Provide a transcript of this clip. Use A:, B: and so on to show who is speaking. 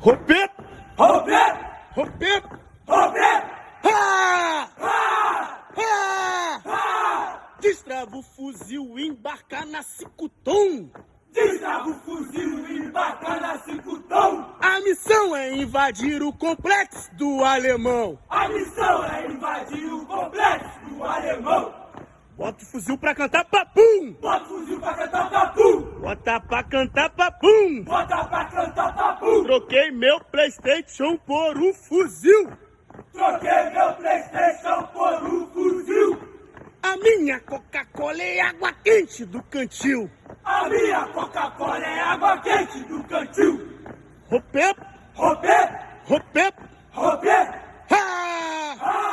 A: Roberto! Roberto! Roberto! Roberto! Ah! Ah! Destrava o fuzil e embarcar na Cicutom!
B: Destrava o fuzil e embarca na Cicutão.
A: A missão é invadir o complexo do alemão!
B: A missão é invadir o complexo do alemão.
A: Bota o fuzil pra cantar papum!
B: Bota o fuzil pra cantar papu.
A: Bota pra cantar papum!
B: Bota pra cantar papu.
A: Troquei meu Playstation por um fuzil!
B: Troquei meu Playstation por um fuzil.
A: A minha Coca-Cola é água quente do cantil!
B: A minha Coca-Cola é água quente do cantil.
A: Roberto!
B: Roberto,
A: Roberto!
B: Roberto.
A: Ah!